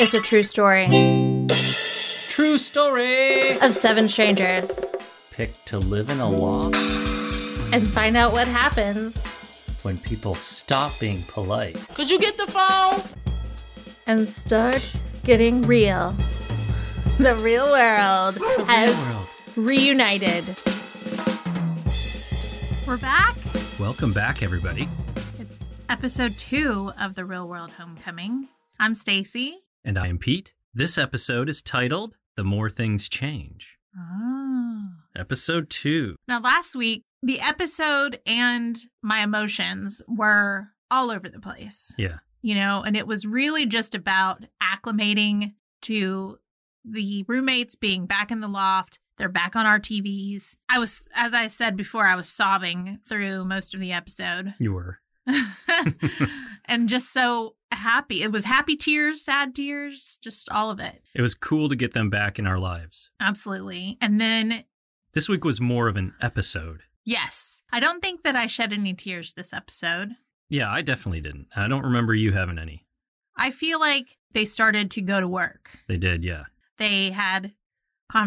It's a true story True story. of seven strangers Picked to live in a loft and find out what happens. when people stop being polite. Could you get the phone? and start getting real. The real world has World. reunited. We're back. Welcome back, everybody. It's episode two of The Real World Homecoming. I'm Stacy. And I am Pete. This episode is titled The More Things Change. Oh. Ah. Episode 2. Now, last week, the episode and my emotions were all over the place, Yeah. you know, and it was really just about acclimating to the roommates being back in the loft. They're back on our TVs. I was, as I said before, I was sobbing through most of the episode You were. and just so happy. It was happy tears, sad tears, just all of it. It was cool to get them back in our lives. Absolutely. And then, This week was more of an episode. yes, I don't think that I shed any tears this episode. Yeah, I definitely didn't. I don't remember you having any. I feel like they started to go to work. They did, yeah. They had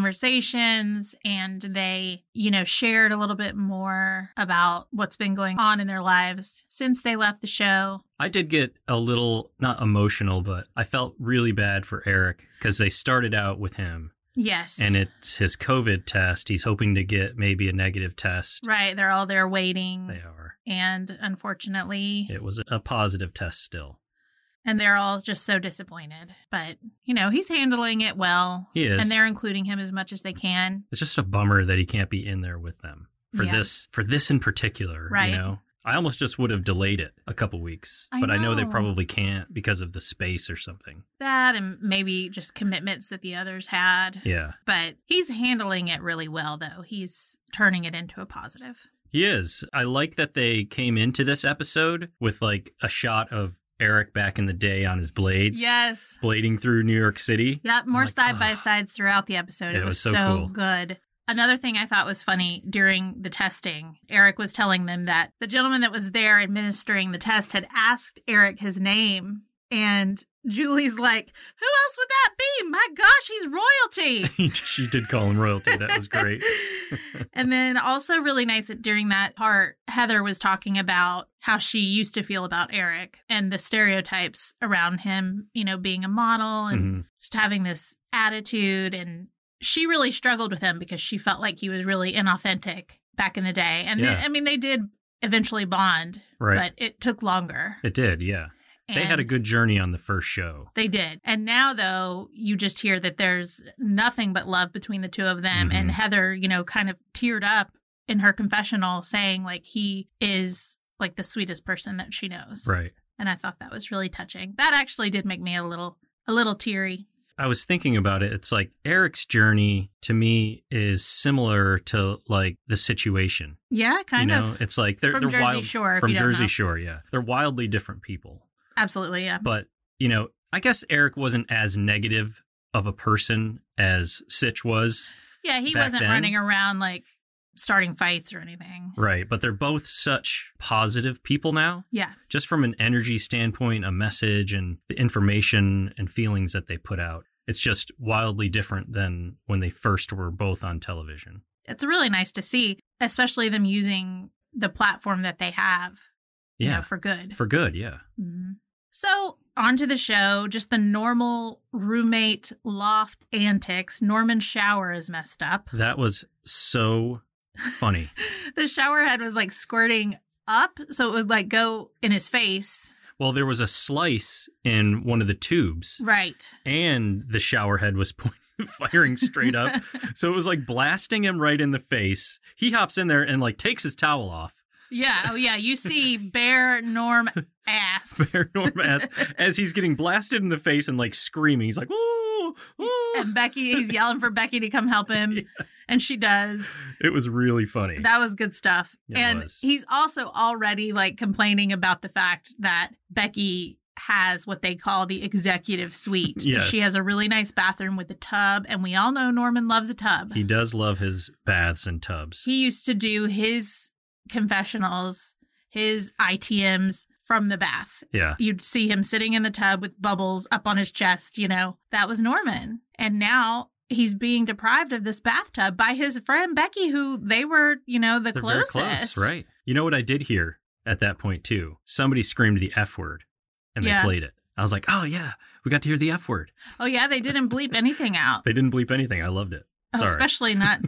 conversations and they, you know, shared a little bit more about what's been going on in their lives since they left the show. I did get a little, not emotional, but I felt really bad for Eric because they started out with him Yes. and it's his COVID test. He's hoping to get maybe a negative test. right. They're all there waiting. They are. And unfortunately, It was a positive test still. and they're all just so disappointed. But, you know, he's handling it well. He is. And they're including him as much as they can. It's just a bummer that he can't be in there with them for Yeah. this for this in particular. Right. You know, I almost just would have delayed it a couple weeks, I but I know they know. probably can't because of the space or something. That and maybe just commitments that the others had. Yeah, But he's handling it really well, though. He's turning it into a positive. he is. I like that they came into this episode with like a shot of Eric back in the day on his blades, yes. blading through New York City. Yep. More like, side by "Ah." sides throughout the episode. Yeah, it, was, so, cool. good. Another thing I thought was funny during the testing, Eric was telling them that the gentleman that was there administering the test had asked Eric his name. And Julie's like, Who else would that be? My gosh, he's royalty. she did call him royalty. That was great. and then also really nice that during that part, Heather was talking about how she used to feel about Eric and the stereotypes around him, you know, being a model and Mhm. just having this attitude. And she really struggled with him because she felt like he was really inauthentic back in the day. And they- Yeah. I mean, they did eventually bond, Right. but it took longer. it did. Yeah. they had a And- good journey on the first show. they did. And now, though, you just hear that there's nothing but love between the two of them. And Mhm. Heather, you know, kind of teared up in her confessional saying, like, he is like the sweetest person that she knows. Right. And I thought that was really touching. That actually did make me a little, a little teary. I was thinking about it. It's like Eric's journey to me is similar to like the situation. Yeah, kind you of. know, it's like they're From they're Jersey wild, Shore, if from you don't Jersey know. Mm-hmm. Shore. Yeah, they're wildly different people. Absolutely. Yeah. But you know, I guess Eric wasn't as negative of a person as Sitch was, Yeah. He back wasn't then- running around like starting fights or anything. right? But they're both such positive people now, Yeah. just from an energy standpoint, a message, and the information and feelings that they put out. It's just wildly different than when they first were both on television. It's really nice to see, especially them using the platform that they have you know, Yeah, for good. for good. Yeah. Mhm. So, on to the show, just the normal roommate loft antics. Norman's shower is messed up. That was so funny. The shower head was like squirting up, so it would like go in his face. well, there was a slice in one of the tubes, Right. and the shower head was pointing, firing straight up. so it was like blasting him right in the face. He hops in there and like takes his towel off. yeah. Oh, yeah. You see bare Norm ass. Bear Norm as, as he's getting blasted in the face and like screaming. He's like, "Whoa, whoa!" And Becky, he's yelling for Becky to come help him, and she does. It was really funny. That was good stuff. It and was. he's also already like complaining about the fact that Becky has what they call the executive suite. Yes. She has a really nice bathroom with a tub, and we all know Norman loves a tub. he does love his baths and tubs. He used to do his confessionals, his ITMs from the bath. Yeah. You'd see him sitting in the tub with bubbles up on his chest, you know. That was Norman. And now he's being deprived of this bathtub by his friend Becky, who they were, you know, the They're very closest. close, right? You know what I did hear at that point too? Somebody screamed the F word and they Yeah. played it. I was like, oh yeah, we got to hear the F word. Oh, yeah. They didn't bleep anything out. They didn't bleep anything. I loved it. Oh, Sorry. especially not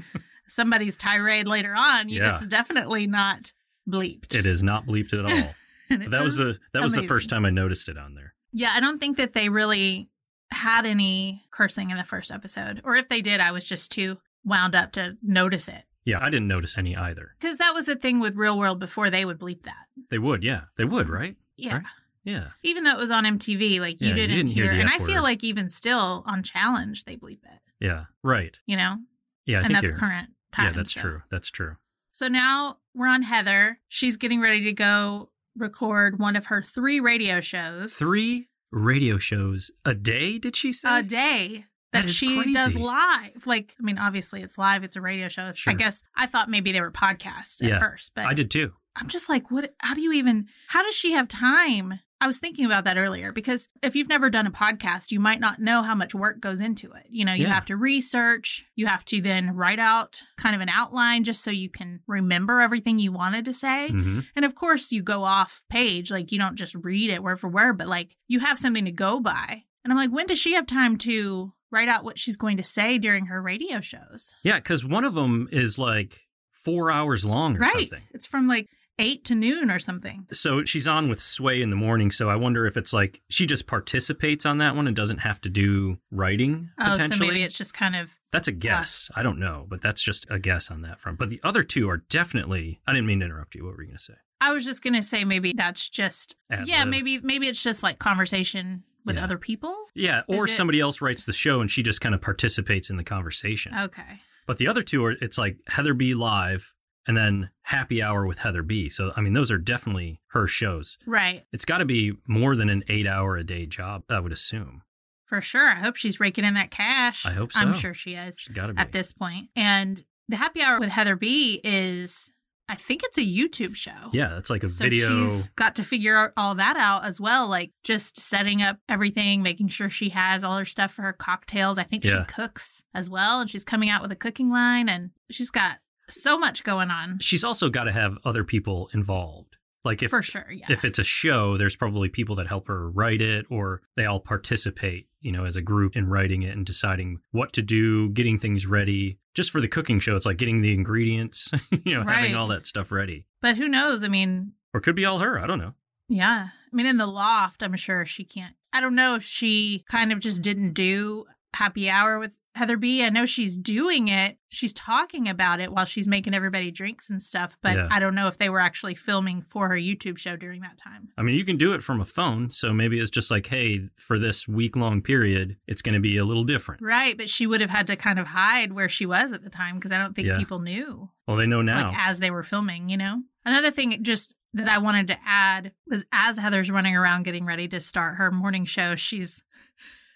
somebody's tirade later on. You- Yeah. It's definitely not bleeped. It is not bleeped at all. And it But that was the that was the first amazing. time I noticed it on there. Yeah, I don't think that they really had any cursing in the first episode. Or if they did, I was just too wound up to notice it. Yeah, I didn't notice any either. Because that was the thing with Real World before they would bleep that. They would, yeah, they would, right? Yeah. Right. Yeah, Even though it was on MTV, like you, Yeah, you didn't, didn't hear the and F I feel word. like even still on Challenge they bleep it, yeah, right. you know? Yeah, I and think that's you're. current time. yeah, that's so. true. That's true. So now we're on Heather. She's getting ready to go record one of her three radio shows. Three radio shows a day. Did she say? a day that, That is she does crazy. live. Like, I mean, obviously it's live, it's a radio show. Sure. I guess I thought maybe they were podcasts at Yeah, first, but I did too. I'm just like, what? How do you even? How does she have time? I was thinking about that earlier because if you've never done a podcast, you might not know how much work goes into it. You know, you Yeah. have to research, you have to then write out kind of an outline just so you can remember everything you wanted to say. hmm And of course, you go off page, like you don't just read it word for word, but like you have something to go by. And I'm like, when does she have time to write out what she's going to say during her radio shows? Yeah, because one of them is like four hours long or right. something. It's from like eight to noon or something. So she's on with Sway in the morning. So I wonder if it's like she just participates on that one and doesn't have to do writing Oh, so potentially. maybe it's just kind of that's a guess. I don't know, but that's just a guess on that front. But the other two are definitely. I didn't mean to interrupt you. What were you going to say? I was just gonna say maybe that's just Ad yeah lib. maybe maybe it's just like conversation with Yeah. other people. Yeah, or Is it- somebody else writes the show and she just kind of participates in the Oh, conversation. Okay, But the other two are it's like Heather B live and then Happy Hour with Heather B. So I mean, those are definitely her shows. right It's got to be more than an eight-hour a day job, I would assume. for sure. I hope she's raking in that cash. I hope I'm so. sure she is. It's got to be. at this point. And the happy hour with Heather B is, I think it's a YouTube show. yeah, it's like a So video. she's got to figure out all that out as well, like just setting up everything, making sure she has all her stuff for her cocktails. I think Yeah. she cooks as well, and she's coming out with a cooking line, and she's got so much going on She's also got to have other people involved. Like if for sure. Yeah, if it's a show, there's probably people that help her write it or they all participate, you know, as a group in writing it and deciding what to do, getting things ready. Just for the cooking show, it's like getting the ingredients, you know, Right. having all that stuff ready. but who knows? I mean, Or it could be all her. I don't know. Yeah. I mean, in the loft, I'm sure she can't. I don't know if she kind of just didn't do happy hour with Heather B. I know she's doing it. She's talking about it while she's making everybody drinks and stuff, but Yeah. I don't know if they were actually filming for her YouTube show during that time. I mean, you can do it from a phone. So maybe it's just like, hey, for this week long period, it's going to be a little different. Right. But she would have had to kind of hide where she was at the time because I don't think Yeah. people knew. Well, they know now. like as they were filming, you know? Another thing just that I wanted to add was as Heather's running around getting ready to start her morning show, she's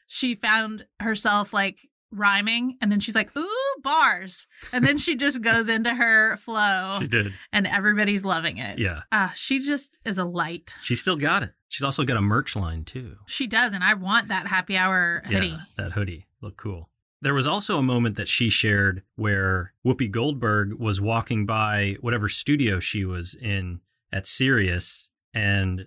she found herself like rhyming and then she's like, ooh, bars. And then she just goes into her flow she did. and everybody's loving it. Yeah. Ah, she just is a light. She still got it. She's also got a merch line, too. She does, and I want that happy hour hoodie. Yeah, that hoodie looked cool. There was also a moment that she shared where Whoopi Goldberg was walking by whatever studio she was in at Sirius and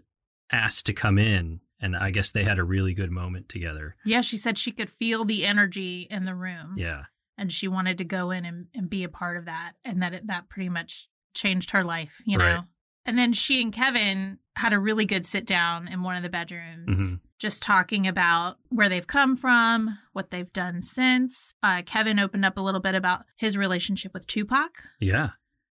asked to come in. And I guess they had a really good moment together. Yeah, she said she could feel the energy in the room. Yeah. and she wanted to go in and, and be a part of that and that it, that pretty much changed her life you know Right. and then she and kevin had a really good sit down in one of the Mm-hmm. bedrooms just talking about where they've come from what they've done since uh, kevin opened up a little bit about his relationship with tupac Yeah. i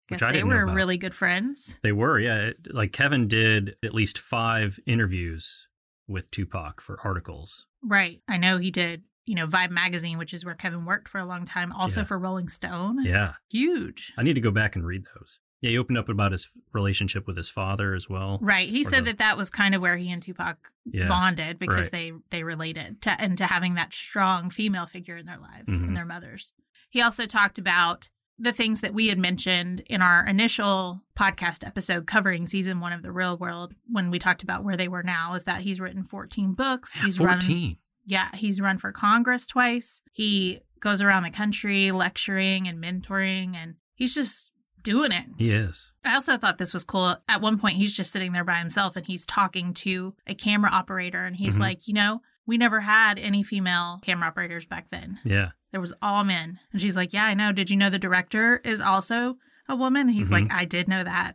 guess Which I they didn't know were about. really good friends They were. Yeah. It- Like Kevin did at least five interviews with Tupac for articles. right i know he did you know vibe magazine which is where kevin worked for a long time also Yeah. for rolling stone Yeah. huge I need to go back and read those. Yeah. He opened up about his relationship with his father as well. Right. He Or said the- that that was kind of where he and Tupac Yeah, bonded because they they related to and to having that strong female figure in their lives Mhm. and their mothers. He also talked about the things that we had mentioned in our initial podcast episode covering season one of The Real World when we talked about where they were now is that he's written 14 books. Yeah, he's run 14. yeah, he's run for Congress twice. He goes around the country lecturing and mentoring and he's just doing it. He is. I also thought this was cool. At one point, he's just sitting there by himself and he's talking to a camera operator. And he's Mhm. like, You know, we never had any female camera operators back then. Yeah. There was all men. And she's like, Yeah, I know. Did you know the director is also a woman? And he's like, I did know that.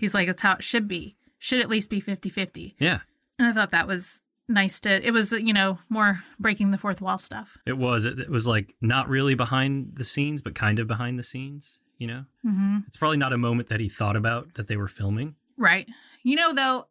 he's like, That's how it should be. Should at least be 50 50. yeah. And I thought that was nice to, it was, you know, more breaking the fourth wall stuff. It was. It, it was like not really behind the scenes, but kind of behind the scenes, you know? Mm-hmm. It's probably not a moment that he thought about that they were filming. Right. You know, though,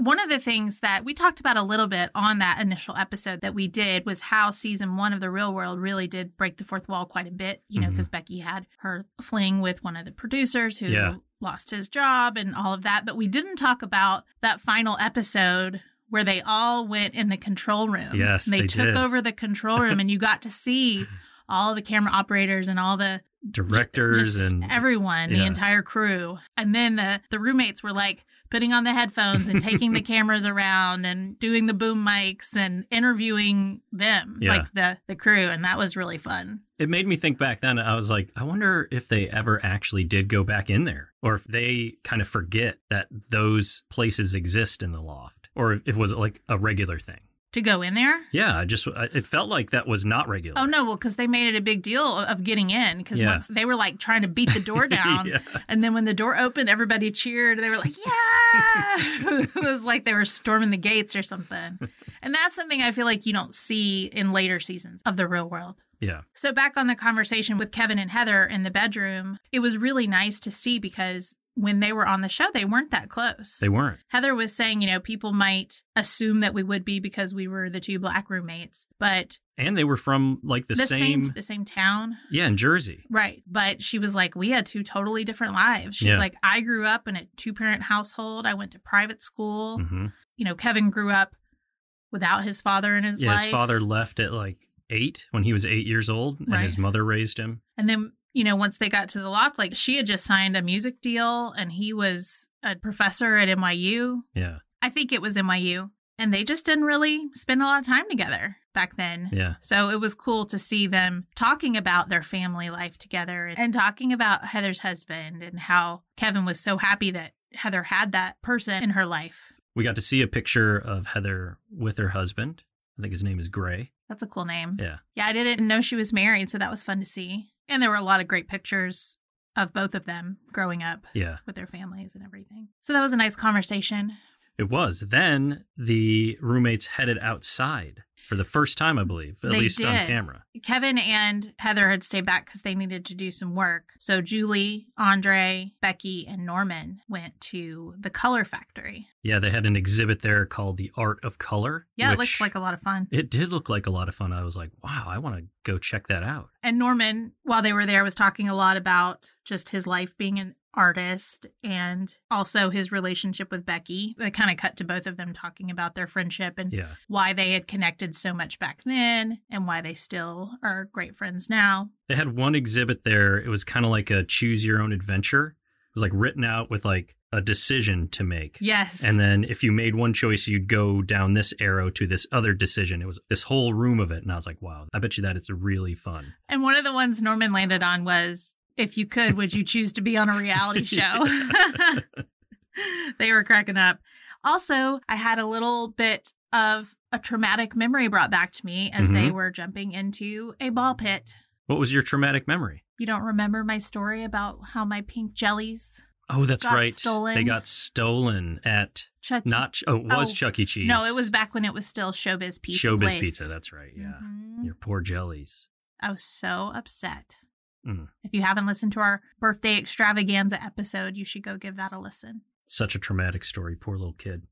one of the things that we talked about a little bit on that initial episode that we did was how season one of The Real World really did break the fourth wall quite a bit, you know, Mhm. because Becky had her fling with one of the producers who Yeah. lost his job and all of that. But we didn't talk about that final episode where they all went in the control room. Yes, And they, they took did. over the control room and you got to see all the camera operators and all the Directors just and everyone, the yeah. entire crew. And then the, the roommates were like putting on the headphones and taking the cameras around and doing the boom mics and interviewing them, Yeah. like the, the crew. And that was really fun. it made me think back then. I was like, I wonder if they ever actually did go back in there or if they kind of forget that those places exist in the loft or if it was like a regular thing. To go in there? Yeah, I just I- it felt like that was not regular. Oh, no. Well, because they made it a big deal of of getting in because Yeah. once they were like trying to beat the door down. Yeah. And then when the door opened, everybody cheered. They were like, yeah. it was like they were storming the gates or something. And that's something I feel like you don't see in later seasons of The Real World. Yeah. So, back on the conversation with Kevin and Heather in the bedroom, it was really nice to see because when they were on the show, they weren't that close. They weren't. Heather was saying, you know, people might assume that we would be because we were the two black roommates, but And they were from like the, same, the same town. Yeah, in Jersey. Right. But she was like, we had two totally different lives. She's Yeah. like, I grew up in a two parent household. I went to private school. hmm You know, Kevin grew up without his father in his Yeah, life. his father left at like eight when he was eight years old, and Right. his mother raised him. And then, you know, once they got to the loft, like she had just signed a music deal and he was a professor at NYU. Yeah, I think it was NYU. And they just didn't really spend a lot of time together back then. yeah, So it was cool to see them talking about their family life together and talking about Heather's husband and how Kevin was so happy that Heather had that person in her life. we got to see a picture of Heather with her husband. I think his name is Gray. That's a cool name. Yeah, Yeah, I didn't know she was married, so that was fun to see. And there were a lot of great pictures of both of them growing up yeah, with their families and everything. So that was a nice conversation. it was. Then the roommates headed outside for the first time, I believe, at They least on did. camera. Kevin and Heather had stayed back because they needed to do some work. So Julie, Andre, Becky, and Norman went to the color factory. Yeah, they had an exhibit there called "The Art of Color." Yeah, it which- looked like a lot of fun. It did look like a lot of fun. I was like, wow, I want to go check that out. And Norman, while they were there, was talking a lot about just his life being an artist and also his relationship with Becky. They kind of cut to both of them talking about their friendship and Yeah. why they had connected so much back then and why they still are great friends now. They had one exhibit there. It was kind of like a choose your own adventure. It was like written out with like a decision to make. Yes. And then if you made one choice, you'd go down this arrow to this other decision. It was this whole room of it. And I was like, wow, I bet you that it's really fun. and one of the ones Norman landed on was if you could, would you choose to be on a reality show? they were cracking up. Also, I had a little bit of a traumatic memory brought back to me as Mm-hmm. they were jumping into a ball pit. What was your traumatic memory? You don't remember my story about how my pink jellies Oh, that's Got right. stolen. They got stolen at Chuck not, Ch- oh, it was Oh. Chuck E. Cheese. No, it was back when it was still Showbiz Pizza. Showbiz place. Pizza. That's right. Yeah. Mhm. Your poor jellies. I was so upset. Mm. If you haven't listened to our birthday extravaganza episode, you should go give that a listen. Such a traumatic story. Poor little kid.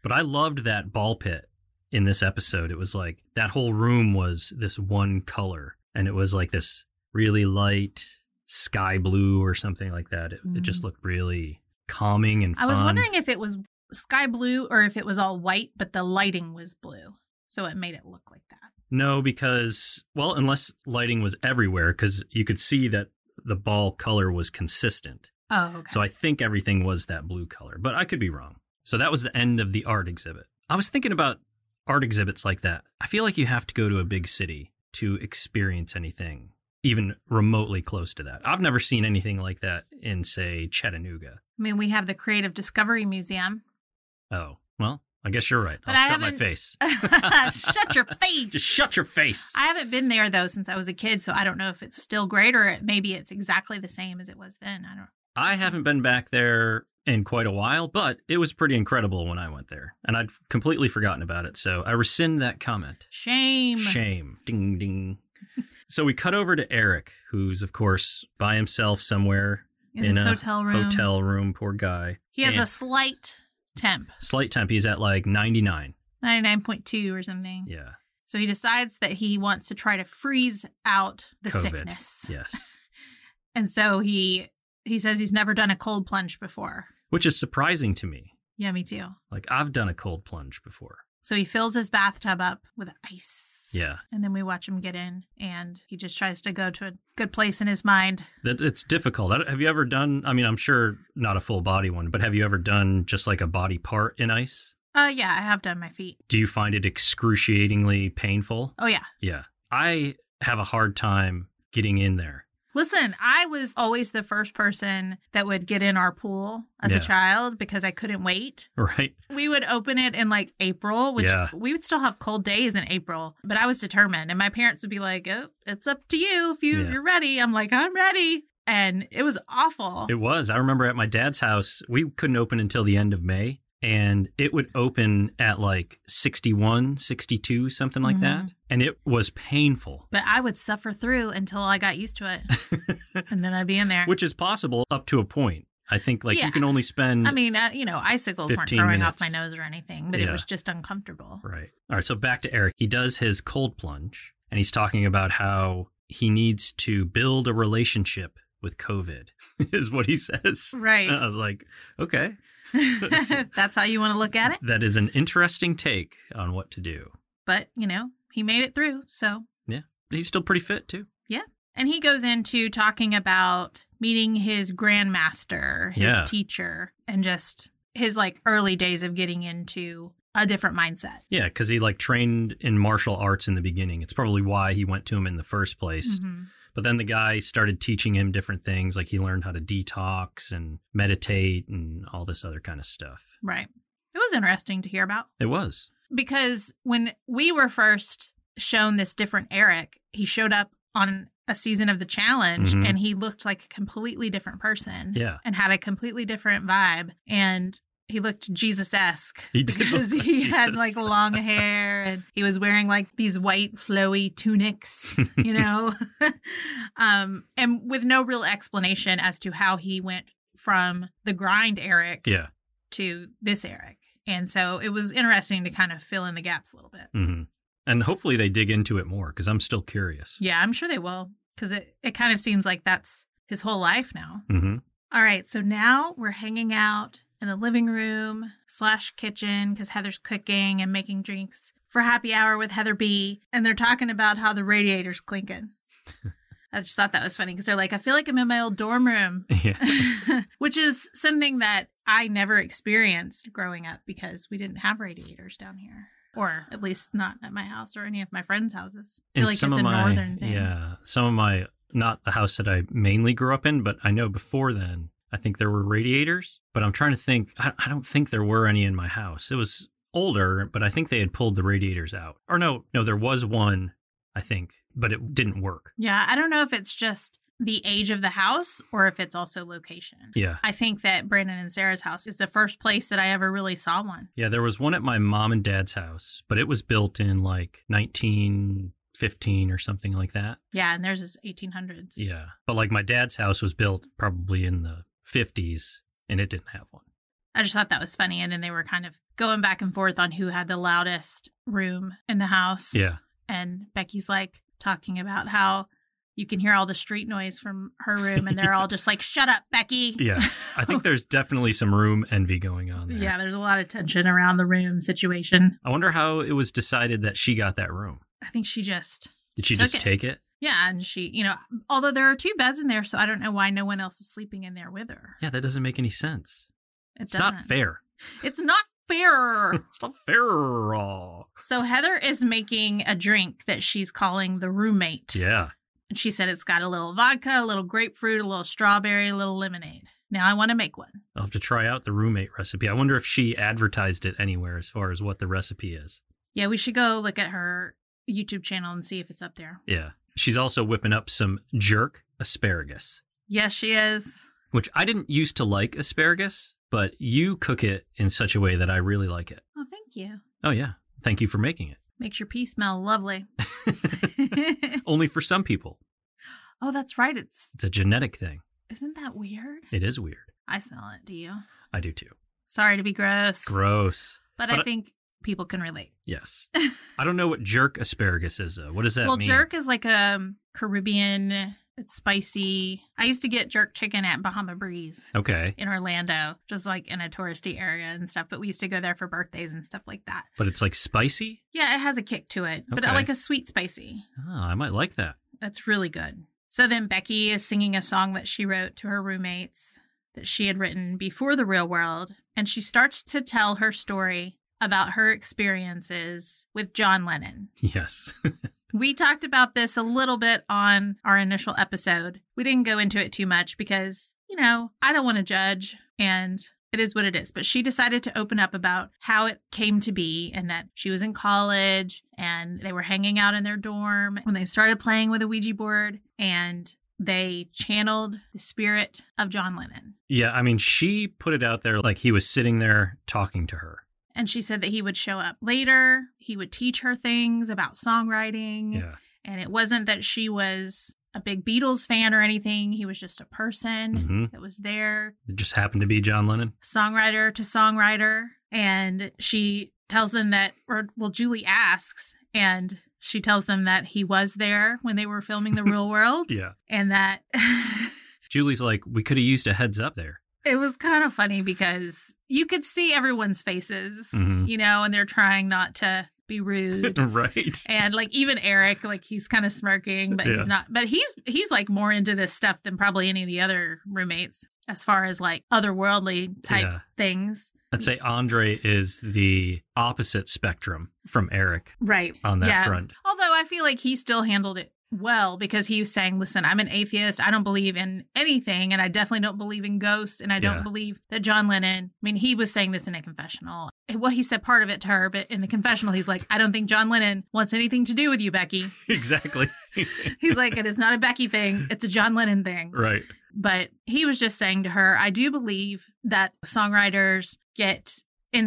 But I loved that ball pit in this episode. It was like that whole room was this one color, and it was like this really light sky blue or something like that. It, it Mm. just looked really calming and I was fun. wondering if it was sky blue or if it was all white, but the lighting was blue. So it made it look like that. No, because well, unless lighting was everywhere, because you could see that the ball color was consistent. Oh, okay. So I think everything was that blue color, but I could be wrong. So that was the end of the art exhibit. I was thinking about art exhibits like that. I feel like you have to go to a big city to experience anything even remotely close to that. I've never seen anything like that in say Chattanooga. I mean, we have the Creative Discovery Museum. Oh, well, I guess you're right. But I'll I shut my haven't- face. shut your face. Just shut your face. I haven't been there though since I was a kid, so I don't know if it's still great or it, maybe it's exactly the same as it was then. I don't. I haven't been back there in quite a while, but it was pretty incredible when I went there. And I'd completely forgotten about it, so I rescind that comment. Shame. Shame. Ding ding. so we cut over to Eric, who's of course by himself somewhere In, in this a hotel room. hotel room, poor guy. He has And- a slight temp, Slight temp, he's at like 99. ninety nine point two or something. Yeah. So he decides that he wants to try to freeze out the COVID. sickness, Yes. and so he he says he's never done a cold plunge before. Which is surprising to me. Yeah, me too. Like I've done a cold plunge before. So he fills his bathtub up with ice. Yeah. And then we watch him get in, and he just tries to go to a good place in his mind. That it's difficult. I don't- Have you ever done I mean, I'm sure not a full body one, but have you ever done just like a body part in ice? Uh, yeah, I have done my feet. Do you find it excruciatingly painful? Oh, yeah. Yeah. I have a hard time getting in there. Listen, I was always the first person that would get in our pool as Yeah. a child because I couldn't wait. Right? We would open it in like April, which Yeah. we would still have cold days in April, but I was determined. And my parents would be like, oh, it's up to you if you, Yeah. you're ready. I'm like, I'm ready. And it was awful. It was. I remember at my dad's house, we couldn't open until the end of May, and it would open at like 61, 62, something like that. Mm-hmm. And it was painful, but I would suffer through until I got used to it. and then I'd be in there. which is possible up to a point. I think like Yeah. you can only spend. I mean, uh, you know, icicles weren't 15 growing off minutes. my nose or anything, but Yeah. it was just uncomfortable. Right. All right. So back to Eric. He does his cold plunge and he's talking about how he needs to build a relationship with COVID, is what he says. Right. I was like, okay, Uh-uh. That's how you want to look at it. that is an interesting take on what to do. But, you know, he made it through. So, He's still pretty fit too. and he goes into talking about meeting his grandmaster, his Yeah. teacher, and just his like early days of getting into a different mindset. Yeah, because he like trained in martial arts in the beginning. It's probably why he went to him in the first place. Mhm. But then the guy started teaching him different things, like he learned how to detox and meditate and all this other kind of stuff. Right. It was interesting to hear about It was. because when we were first shown this different Eric, he showed up on a season of the challenge Mhm. and he looked like a completely different person. Yeah. and had a completely different vibe. And he looked Jesus esque. He did look Because like he had Jesus. like long hair and he was wearing like these white flowy tunics, you know, um, and with no real explanation as to how he went from the grind Eric Yeah. to this Eric. And so it was interesting to kind of fill in the gaps a little bit. hmm And hopefully they dig into it more because I'm still curious. Yeah, I'm sure they will because it, it kind of seems like that's his whole life now. hmm All right, so now we're hanging out in the living room slash kitchen because Heather's cooking and making drinks for happy hour with Heather B. And they're talking about how the radiator's clinking. I just thought that was funny because they're like, I feel like I'm in my old dorm room, Yeah. which is something that I never experienced growing up because we didn't have radiators down here, or at least not at my house or any of my friends' houses. I feel like it's a northern thing. yeah, some of my not the house that I mainly grew up in, but I know before then, I think there were radiators. But I'm trying to think. I, I don't think there were any in my house. It was older, but I think they had pulled the radiators out. Or no, no, there was one. I think, but it didn't work. Yeah, I don't know if it's just the age of the house or if it's also location. Yeah. I think that Brandon and Sarah's house is the first place that I ever really saw one. Yeah, there was one at my mom and dad's house, but it was built in like 1915 or something like that. Yeah, and theirs is 1800s. Yeah. But like my dad's house was built probably in the 50s and it didn't have one. I just thought that was funny. And then they were kind of going back and forth on who had the loudest room in the house. Yeah. And Becky's like talking about how you can hear all the street noise from her room, and they're all just like, shut up, Becky. Yeah. I think there's definitely some room envy going on there. yeah, there's a lot of tension around the room situation. I wonder how it was decided that she got that room. I think she just Did she Took just it. take it? Yeah, and she, you know, although there are two beds in there, so I don't know why no one else is sleeping in there with her. Yeah, that doesn't make any sense. It it's doesn't. not fair. It's not fair. It's not fair at all. so Heather is making a drink that she's calling the roommate. Yeah. And she said it's got a little vodka, a little grapefruit, a little strawberry, a little lemonade. Now I want to make one. I'll have to try out the roommate recipe. I wonder if she advertised it anywhere as far as what the recipe is. Yeah, we should go look at her YouTube channel and see if it's up there. Yeah. She's also whipping up some jerk asparagus, Yes, she is. which I didn't used to like asparagus, but you cook it in such a way that I really like it. Oh, thank you. Oh, yeah. Thank you for making Makes your pee smell lovely. it. Only for some people. oh, that's right. It's It's a genetic thing. isn't that weird? It is weird. I smell it. Do you? I do too. Sorry to be gross, Gross. but, but I I- think people can relate. Yes. I don't know what jerk asparagus is, though. What does that Well, mean? jerk is like a Caribbean. It's spicy. I used to get jerk chicken at Bahama Breeze Okay. in Orlando, just like in a touristy area and stuff. But we used to go there for birthdays and stuff like that. But it's like spicy? Yeah, it has a kick to it, but Okay. like a sweet spicy. Oh, I might like that. That's really good. So then Becky is singing a song that she wrote to her roommates that she had written before the real world. And she starts to tell her story about her experiences with John Lennon. Yes. We talked about this a little bit on our initial episode. We didn't go into it too much because, you know, I don't want to judge and it is what it is. But she decided to open up about how it came to be and that she was in college and they were hanging out in their dorm when they started playing with a Ouija board and they channeled the spirit of John Lennon. yeah. I mean, she put it out there like he was sitting there talking to her. And she said that he would show up later, he would teach her things about songwriting. Yeah. And it wasn't that she was a big Beatles fan or anything. He was just a person Mhm. that was there, It just happened to be John Lennon. songwriter to songwriter. And she tells them that, or well, Julie asks, and she tells them that he was there when they were filming The Real World Yeah. and that Julie's like, we could have used a heads up there. it was kind of funny because you could see everyone's faces, Mhm. you know, and they're trying not to be rude. right. and like even eric like he's kind of smirking but Yeah. he's not but he's he's like more into this stuff than probably any of the other roommates as far as like otherworldly type Yeah. things I'd say Andre is the opposite spectrum from Eric right on that front. although i feel like he still handled it well because he was saying listen i'm an atheist i don't believe in anything and i definitely don't believe in ghosts and i don't Yeah. believe that john lennon i mean he was saying this in a confessional well he said part of it to her but in the confessional he's like i don't think john lennon wants anything to do with you becky exactly. He's like, and it's not a Becky thing, it's a John Lennon thing. right. But he was just saying to her, I do believe that songwriters get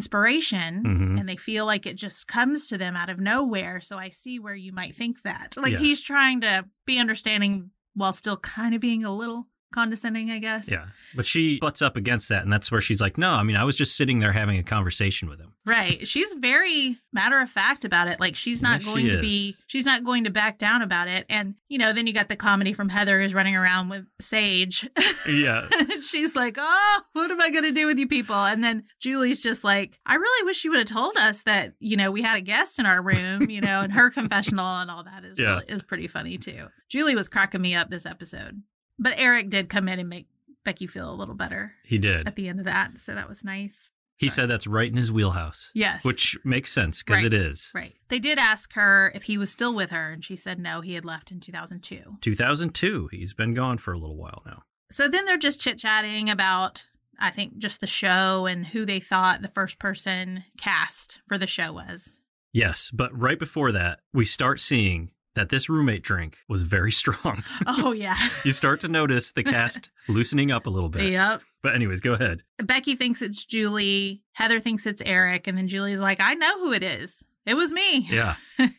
inspiration Mhm. and they feel like it just comes to them out of nowhere. So I see where you might think that. Like Yeah. he's trying to be understanding while still kind of being a little condescending, I guess. Yeah. But she butts up against that. And that's where she's like, no, I mean, I was just sitting there having a conversation with him. Right. She's very matter of fact about it. Like she's not Yes, she going to is. be she's not going to back down about it. And you know, then you got the comedy from Heather who's running around with Sage Yeah. And she's like, "Oh, what am I going to do with you people?" And then Julie's just like, "I really wish you would have told us that, you know, we had a guest in our room, you know, and her confessional and all that is Yeah. really, is pretty funny too." Julie was cracking me up this episode, but Eric did come in and make Becky feel a little better He did. at the end of that, so that was nice. He Sorry. said that's right in his wheelhouse, "Yes," which makes sense because Right. it is. right. They did ask her if he was still with her, and she said no, he had left in two thousand two. 2002. He's been gone for a little while now. So then they're just chit chatting about, I think, just the show and who they thought the first person cast for the show was. Yes. But right before that, we start seeing that this roommate drink was very strong. Oh, yeah. you start to notice the cast loosening up a little bit. yep. But, anyways, go ahead. Becky thinks it's Julie. Heather thinks it's Eric. And then Julie's like, I know who it is. It was me. Yeah.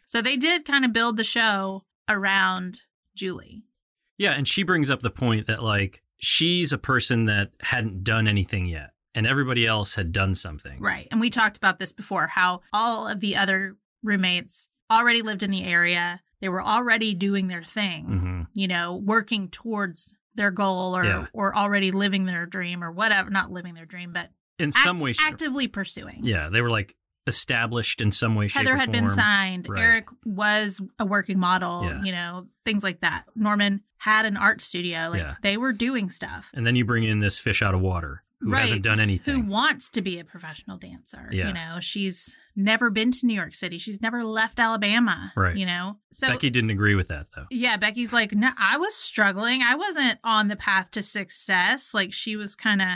So they did kind of build the show around Julie. Yeah, and she brings up the point that like she's a person that hadn't done anything yet, and everybody else had done something. Right. And we talked about this before how all of the other roommates already lived in the area, they were already doing their thing. hmm you know, working towards their goal or Yeah. or already living their dream or whatever, not living their dream, but In some act- way, actively pursuing. yeah, they were like established in some way, shape, Heather or had been form. signed. Right. Eric was a working model, Yeah. you know, things like that. Norman had an art studio. Like Yeah. they were doing stuff. And then you bring in this fish out of water who Right. hasn't done Who anything. wants to be a professional dancer? Yeah. You know, she's never been to New York City. She's never left Alabama. Right. You know, so Becky didn't agree with that though. yeah, Becky's like, no, I was struggling. I wasn't on the path to success. Like she was kind of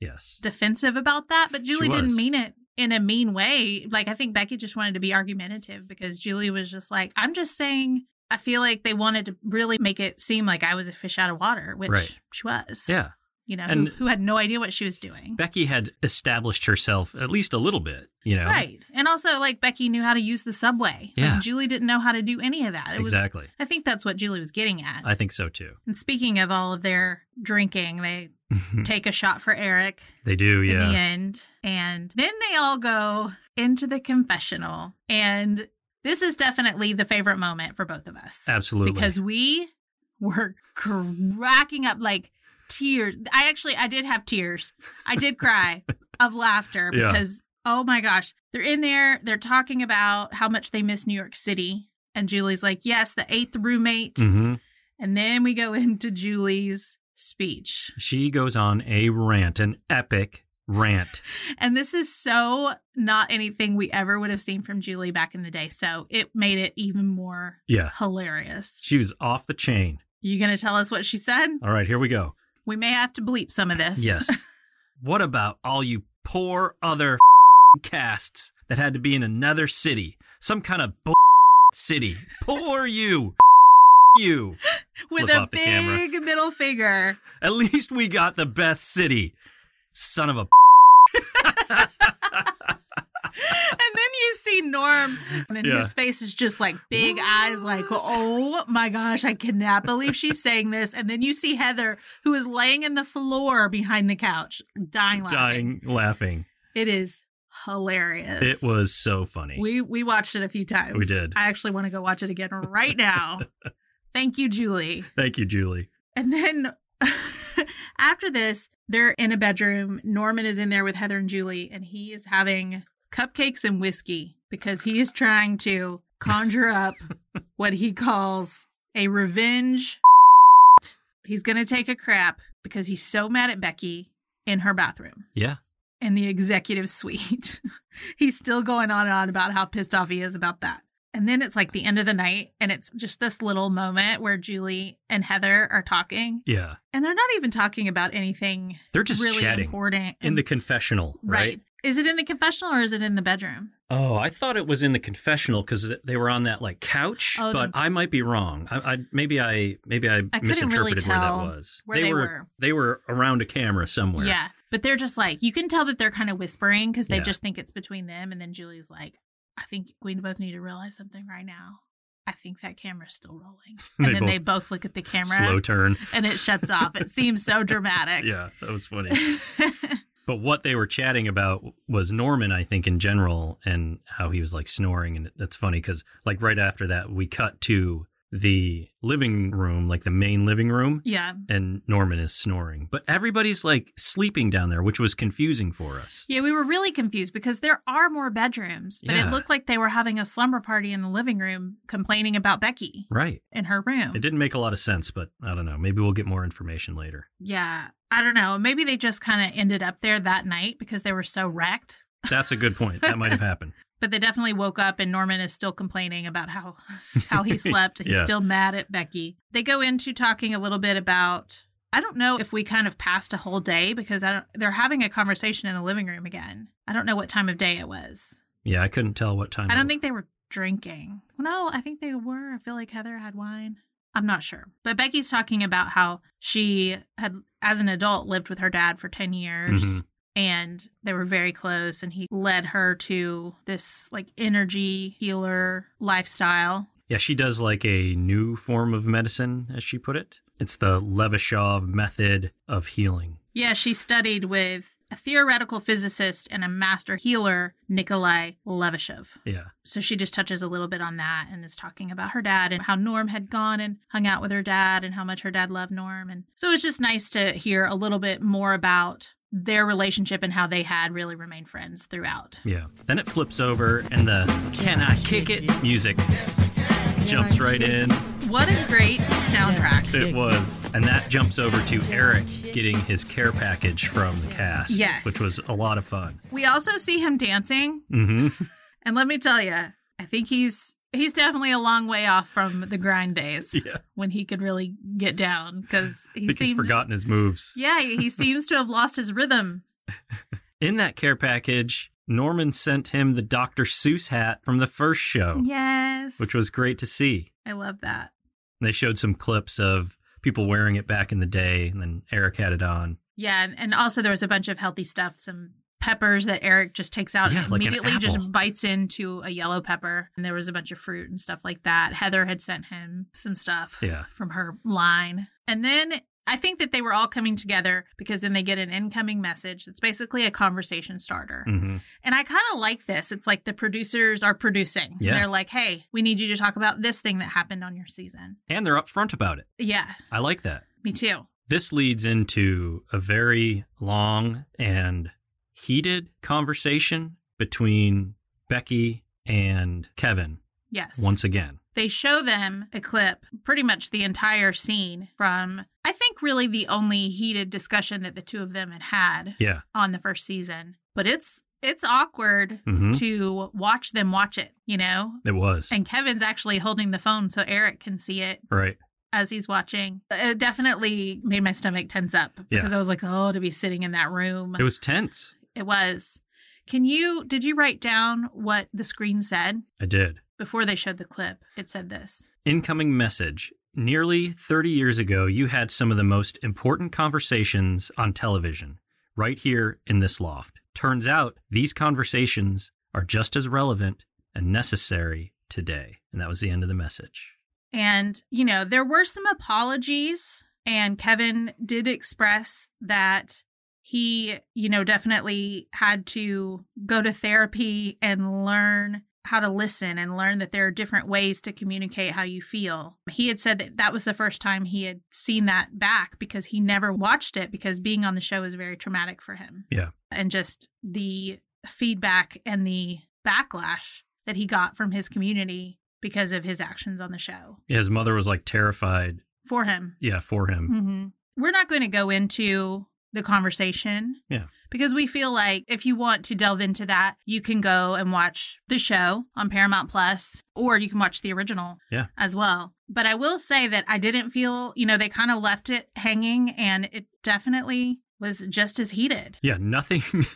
Yes. defensive about that, but Julie was. didn't mean it in a mean way. Like I think Becky just wanted to be argumentative because Julie was just like, I'm just saying I feel like they wanted to really make it seem like I was a fish out of water, which Right. she was. Yeah. You know, And- who, who had no idea what she was doing. Becky had established herself at least a little bit, you know. Right. And also like Becky knew how to use the subway. Yeah. Like Julie didn't know how to do any of that. It was exactly. I think that's what Julie was getting at. I think so too. and speaking of all of their drinking, they take a shot for Eric. they do, in the yeah. end. And then they all go into the confessional. And this is definitely the favorite moment for both of us. Absolutely. Because we were cracking up like tears. I actually I did have tears. I did cry of laughter Yeah. because oh my gosh, they're in there, they're talking about how much they miss New York City. And Julie's like, "Yes, the eighth roommate." hmm And then we go into Julie's speech. She goes on a rant, an epic rant. And this is so not anything we ever would have seen from Julie back in the day. So it made it even more Yeah. hilarious. She was off the chain. You going to tell us what she said? All right, here we go. We may have to bleep some of this. Yes. what about all you poor other casts that had to be in another city? Some kind of bull city. Poor you. you. With Flip a off the camera. big middle finger. At least we got the best city. Son of a and then you see Norm, and then Yeah. his face is just like big eyes, like, oh my gosh, I cannot believe she's saying this. And then you see Heather, who is laying in the floor behind the couch, dying laughing. dying laughing. It is hilarious. It was so funny. We we watched it a few times. We did. I actually want to go watch it again right now. Thank you, Julie. Thank you, Julie. And then after this, they're in a bedroom. Norman is in there with Heather and Julie, and he is having cupcakes and whiskey because he is trying to conjure up what he calls a revenge. He's going to take a crap because he's so mad at Becky in her bathroom Yeah. and the executive suite. He's still going on and on about how pissed off he is about that. And then it's like the end of the night, and it's just this little moment where Julie and Heather are talking, Yeah. and they're not even talking about anything They're just really chatting important. in the confessional, right? Is it in the confessional or is it in the bedroom? Oh, I thought it was in the confessional because they were on that like couch, Oh, but I might be wrong. I, I maybe I maybe I, couldn't really misinterpreted where tell that was. where they were. they were around a camera somewhere. Yeah. But they're just like, you can tell that they're kind of whispering because they Yeah. just think it's between them. And then Julie's like, I think we both need to realize something right now. I think that camera's still rolling. And They then both- they both look at the camera Slow turn. and it shuts off. It seems so dramatic. Yeah, that was funny. but what they were chatting about was Norman, I think, in general, and how he was like snoring. And that's funny because, like, right after that, we cut to the living room, like the main living room, yeah. and Norman is snoring. But everybody's like sleeping down there, which was confusing for us. Yeah, we were really confused because there are more bedrooms, but Yeah. it looked like they were having a slumber party in the living room complaining about Becky Right. in her room. It didn't make a lot of sense, but I don't know. Maybe we'll get more information later. Yeah. I don't know. Maybe they just kind of ended up there that night because they were so wrecked. That's a good point. That might have happened. But they definitely woke up and Norman is still complaining about how how he slept. He's Yeah. still mad at Becky. They go into talking a little bit about I don't know if we kind of passed a whole day because I don't they're having a conversation in the living room again. I don't know what time of day it was. Yeah, I couldn't tell what time. I it- don't think they were drinking. No, I think they were. I feel like Heather had wine. I'm not sure. But Becky's talking about how she had, as an adult, lived with her dad for 10 years Mhm. and they were very close. And he led her to this like energy healer lifestyle. Yeah, she does like a new form of medicine, as she put it. It's the Levashov method of healing. Yeah, she studied with a theoretical physicist and a master healer, Nikolai Levishev. Yeah. so she just touches a little bit on that and is talking about her dad and how Norm had gone and hung out with her dad and how much her dad loved Norm. And so it was just nice to hear a little bit more about their relationship and how they had really remained friends throughout. Yeah. Then it flips over and the Can I Kick It music jumps right in. What a great soundtrack. It was. And that jumps over to Eric getting his care package from the cast, Yes. which was a lot of fun. We also see him dancing, hmm and let me tell you, I think he's he's definitely a long way off from the grind days Yeah. when he could really get down because I he think he's seemed forgotten his moves. yeah he seems to have lost his rhythm. In that care package, Norman sent him the Dr. Seuss hat from the first show, Yes, Oh. which was great to see. I love that. And They showed some clips of people wearing it back in the day, and then Eric had it on. Yeah, and, and also there was a bunch of healthy stuff, some peppers that Eric just takes out Yeah, and like an immediately apple. just bites into a yellow pepper. And there was a bunch of fruit and stuff like that. Heather had sent him some stuff Yeah. from her line. And then I think that they were all coming together because then they get an incoming message that's basically a conversation starter. hmm And I kind of like this. It's like the producers are producing. Yeah. They're like, hey, we need you to talk about this thing that happened on your season. And they're upfront about it. Yeah, I like that. me too. This leads into a very long and heated conversation between Becky and Kevin Yes. once again. they show them a clip, pretty much the entire scene from, I think, really the only heated discussion that the two of them had had Yeah. on the first season. But it's it's awkward hmm to watch them watch it, you know. It was. And Kevin's actually holding the phone so Eric can see it Right. as he's watching. It definitely made my stomach tense up Yeah. because I was like, oh, to be sitting in that room. It was tense. It was. Can you, did you write down what the screen said I did. before they showed the clip? It said this. Incoming message. Nearly 30 years ago, you had some of the most important conversations on television, right here in this loft. Turns out these conversations are just as relevant and necessary today. And that was the end of the message. And, you know, there were some apologies, and Kevin did express that he, you know, definitely had to go to therapy and learn how to listen and learn that there are different ways to communicate how you feel. He had said that that was the first time he had seen that back because he never watched it because being on the show is very traumatic for him. Yeah. And just the feedback and the backlash that he got from his community because of his actions on the show His mother was like terrified. for him. Yeah, for him. hmm We're not going to go into the conversation. Yeah. Because we feel like if you want to delve into that, you can go and watch the show on Paramount Plus or you can watch the original Yeah. as well. But I will say that I didn't feel, you know, they kind of left it hanging and it definitely was just as heated. Yeah, nothing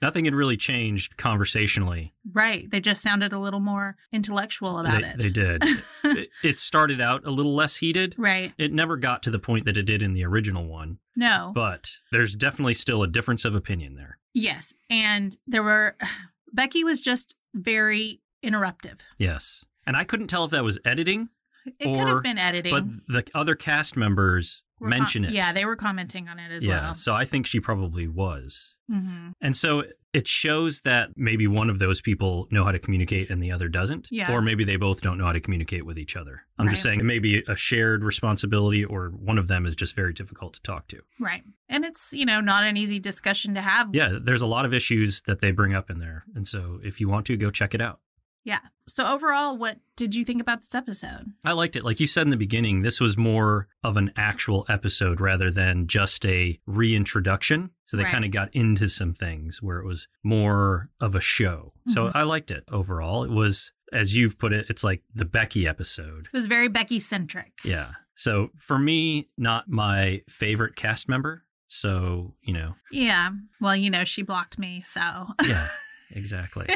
nothing had really changed conversationally. Right. They just sounded a little more intellectual about They, it. they did. it, it started out a little less heated. Right. It never got to the point that it did in the original one, No. but there's definitely still a difference of opinion there. Yes. And there were, Becky was just very interruptive. Yes. And I couldn't tell if that was editing, It could Or- have been editing. but the other cast members Were com- mention it. Yeah, they were commenting on it as yeah. well. So I think she probably was. hmm And so it shows that maybe one of those people know how to communicate and the other doesn't. Yeah. Or maybe they both don't know how to communicate with each other. I'm just Right. saying it may be a shared responsibility or one of them is just very difficult to talk to. Right. And it's, you know, not an easy discussion to have. Yeah, there's a lot of issues that they bring up in there. And so if you want to, go check it out. Yeah. So overall, what did you think about this episode? I liked it. Like you said in the beginning, this was more of an actual episode rather than just a reintroduction. So they Right. kind of got into some things where it was more of a show. So Mhm. I liked it overall. It was, as you've put it, it's like the Becky episode. It was very Becky centric. Yeah. So for me, not my favorite cast member. So, you know, Yeah. Well, you know, she blocked me. So, yeah, exactly.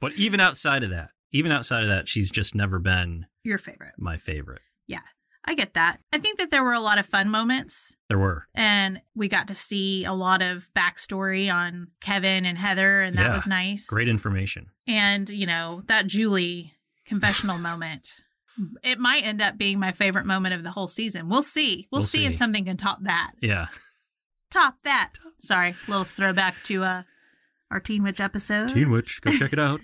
But even outside of that, even outside of that, she's just never been your favorite. my favorite. I get that. I think that there were a lot of fun moments There were. and we got to see a lot of backstory on Kevin and Heather, and that Yeah. was nice. Great information. And you know that Julie confessional moment. It might end up being my favorite moment of the whole season. We'll see. We'll, We'll see, if see. something can top that. Yeah. Top that. Sorry, little throwback to uh, our Teen Witch episode. Teen Witch, go check it out.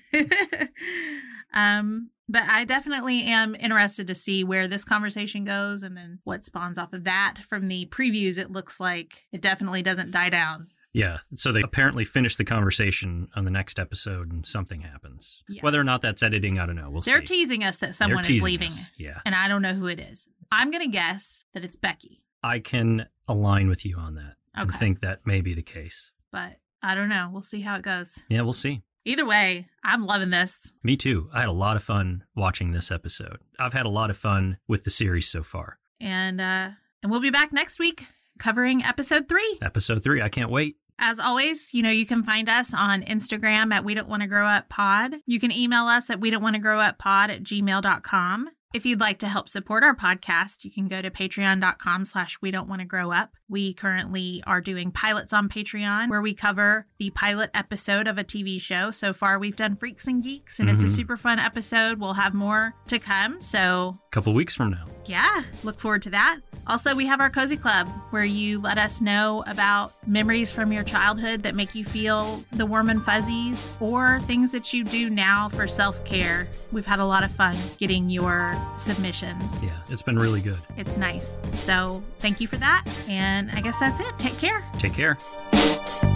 um, but I definitely am interested to see where this conversation goes, and then what spawns off of that. From the previews, it looks like it definitely doesn't die down. Yeah. So they apparently finish the conversation on the next episode and something happens. Yeah. Whether or not that's editing, I don't know. We'll They're see. teasing us that They're someone is teasing leaving, us. Yeah. and I don't know who it is. I'm going to guess that it's Becky, I can align with you on that. I Okay. think that may be the case. but I don't know. We'll see how it goes. Yeah, we'll see. Either way, I'm loving this. Me too. I had a lot of fun watching this episode. I've had a lot of fun with the series so far. And uh and we'll be back next week covering episode 3. Episode three, I can't wait. As always, you know, you can find us on Instagram at we don't want to grow up pod. You can email us at we don't want to grow up pod at gmail.com. If you'd like to help support our podcast, you can go to patreon.com slash we don't want to grow up. We currently are doing pilots on Patreon where we cover the pilot episode of a TV show. So far, we've done Freaks and Geeks and it's a Mhm. super fun episode. We'll have more to come. So A couple weeks from now. yeah, look forward to that. Also, we have our Cozy Club where you let us know about memories from your childhood that make you feel the warm and fuzzies or things that you do now for self care. We've had a lot of fun getting your submissions. Yeah, it's been really good. It's nice. So, thank you for that. And I guess that's it. Take care. Take care.